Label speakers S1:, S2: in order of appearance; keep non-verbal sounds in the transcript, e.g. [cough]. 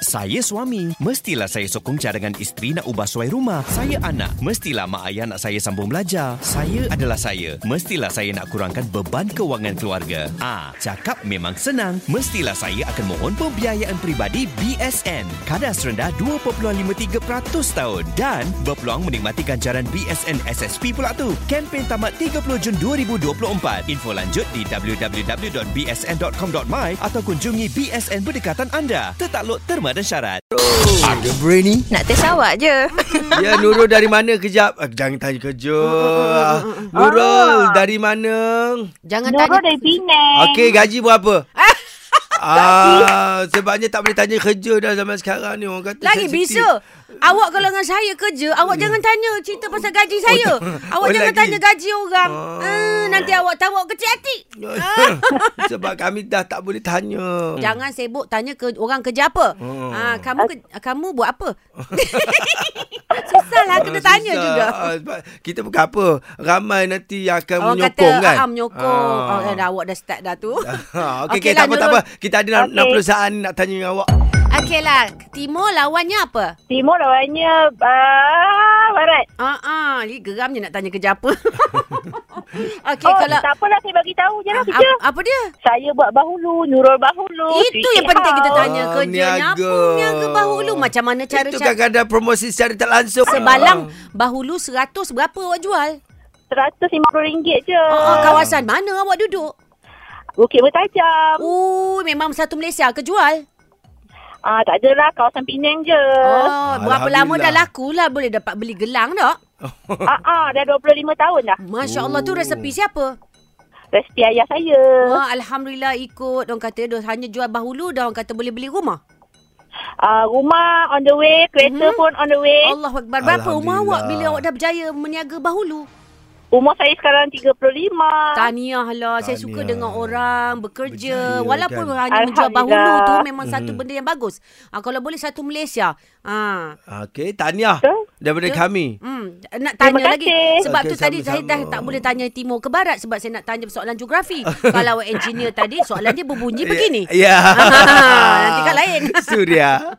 S1: Saya suami, mestilah saya sokong cadangan isteri nak ubah suai rumah. Saya anak, mestilah mak ayah nak saya sambung belajar. Saya adalah saya, mestilah saya nak kurangkan beban kewangan keluarga. Ah, cakap memang senang. Mestilah saya akan mohon pembiayaan peribadi BSN. Kadar rendah 2.53% tahun dan berpeluang menikmati ganjaran BSN SSP pula tu. Kempen tamat 30 Jun 2024. Info lanjut di www.bsn.com.my atau kunjungi BSN berdekatan anda. Tertakluk terma dan syarat.
S2: Ada brainy
S3: Nak test awak je.
S2: Ya Nurul dari mana kejap Ah, Jangan tanya kerja
S4: [laughs]
S2: Ah,
S4: Ah.
S2: Nurul dari mana
S4: Jangan
S5: Nurul
S4: tanya
S5: dari Penang.
S2: Okey gaji
S4: [laughs]
S2: berapa Ah, sebabnya tak boleh tanya kerja dah zaman sekarang ni orang kata
S4: lagi
S2: sensitif.
S4: bisa. Awak kalau dengan saya kerja, awak jangan tanya cerita pasal gaji saya. awak
S2: oh,
S4: jangan
S2: lagi.
S4: tanya gaji orang.
S2: Oh.
S4: Ah, nanti awak tahu awak kecil hati.
S2: [laughs] Hmm. Sebab kami dah tak boleh tanya
S4: Jangan sibuk tanya ke orang kerja apa.
S2: Oh.
S4: Ah, kamu ke, kamu buat apa? [laughs] Susahlah kena
S2: Ah,
S4: tanya
S2: susah.
S4: juga.
S2: Ah, sebab kita bukan apa Ramai nanti yang akan
S4: Orang
S2: menyokong
S4: kata,
S2: kan
S4: Ah, menyokong. Ah. Oh, eh, dah, awak dah start dah tu.
S2: [laughs]
S4: [laughs]
S2: Ah, Okey, okay, okay,
S4: Okey
S2: tak
S4: lah,
S2: apa, tak apa.
S4: Nurul.
S2: Kita ada
S5: Okey.
S2: okay. 60 saat ni nak tanya dengan awak.
S4: Okeylah, lah, timur lawannya apa?
S5: Timur lawannya uh, barat.
S4: Ah, ah, li geram je nak tanya kerja apa. [laughs] Okey,
S5: oh,
S4: kalau Ah,
S5: tak apalah saya bagi tahu je lah kerja. Oh,
S4: apa, apa dia?
S5: Saya buat bahulu, Nurul bahulu.
S4: Itu yang penting kita tanya
S2: Ah,
S4: kerja
S2: niaga.
S4: nyapu niaga bahulu macam mana cara
S2: Itu
S4: cara
S2: kadang-kadang promosi secara tak langsung. Ah.
S4: sebalang bahulu 100 berapa awak jual?
S5: RM150 je.
S4: Ah, ah, kawasan mana awak duduk?
S5: Bukit Bertajam.
S4: Oh, memang satu Malaysia ke jual?
S5: Ah, tak adalah, kawasan Penang je.
S4: Oh, berapa lama dah
S2: Alhamdulillah.
S4: laku lah boleh dapat beli gelang tak?
S5: Ah, ah, dah 25 tahun dah.
S4: Masya Allah tu
S2: Oh.
S4: resepi siapa?
S5: Resipi ayah saya.
S4: Wah, Alhamdulillah ikut. Orang kata dia hanya jual bahulu dah. Orang kata boleh beli rumah.
S5: Ah, rumah on the way, kereta
S4: Mhm.
S5: pun on the way.
S4: Allah Akbar. Berapa
S2: Alhamdulillah.
S4: umur awak bila awak dah berjaya meniaga bahulu?
S5: Umur saya sekarang 35.
S4: Tahniah lah.
S2: Tahniah.
S4: Saya suka dengan orang bekerja.
S2: Berjaya,
S4: Walaupun
S2: kan? Hmm.
S4: hanya menjual bahulu
S5: Alhamdulillah.
S4: tu memang satu benda yang bagus. Ha, kalau boleh satu Malaysia. Ha.
S2: Okey, tahniah
S5: Betul.
S2: daripada
S4: Betul.
S2: kami.
S4: Hmm, nak
S5: Terima
S4: tanya lagi.
S5: kasih.
S4: Sebab
S2: Okey,
S4: tu tadi saya
S2: sama-sama.
S4: dah tak boleh tanya timur ke barat sebab saya nak tanya soalan
S2: [laughs]
S4: geografi. Kalau awak engineer tadi soalan dia berbunyi begini.
S2: Ya.
S4: Ah, nanti kat lain.
S2: Surya.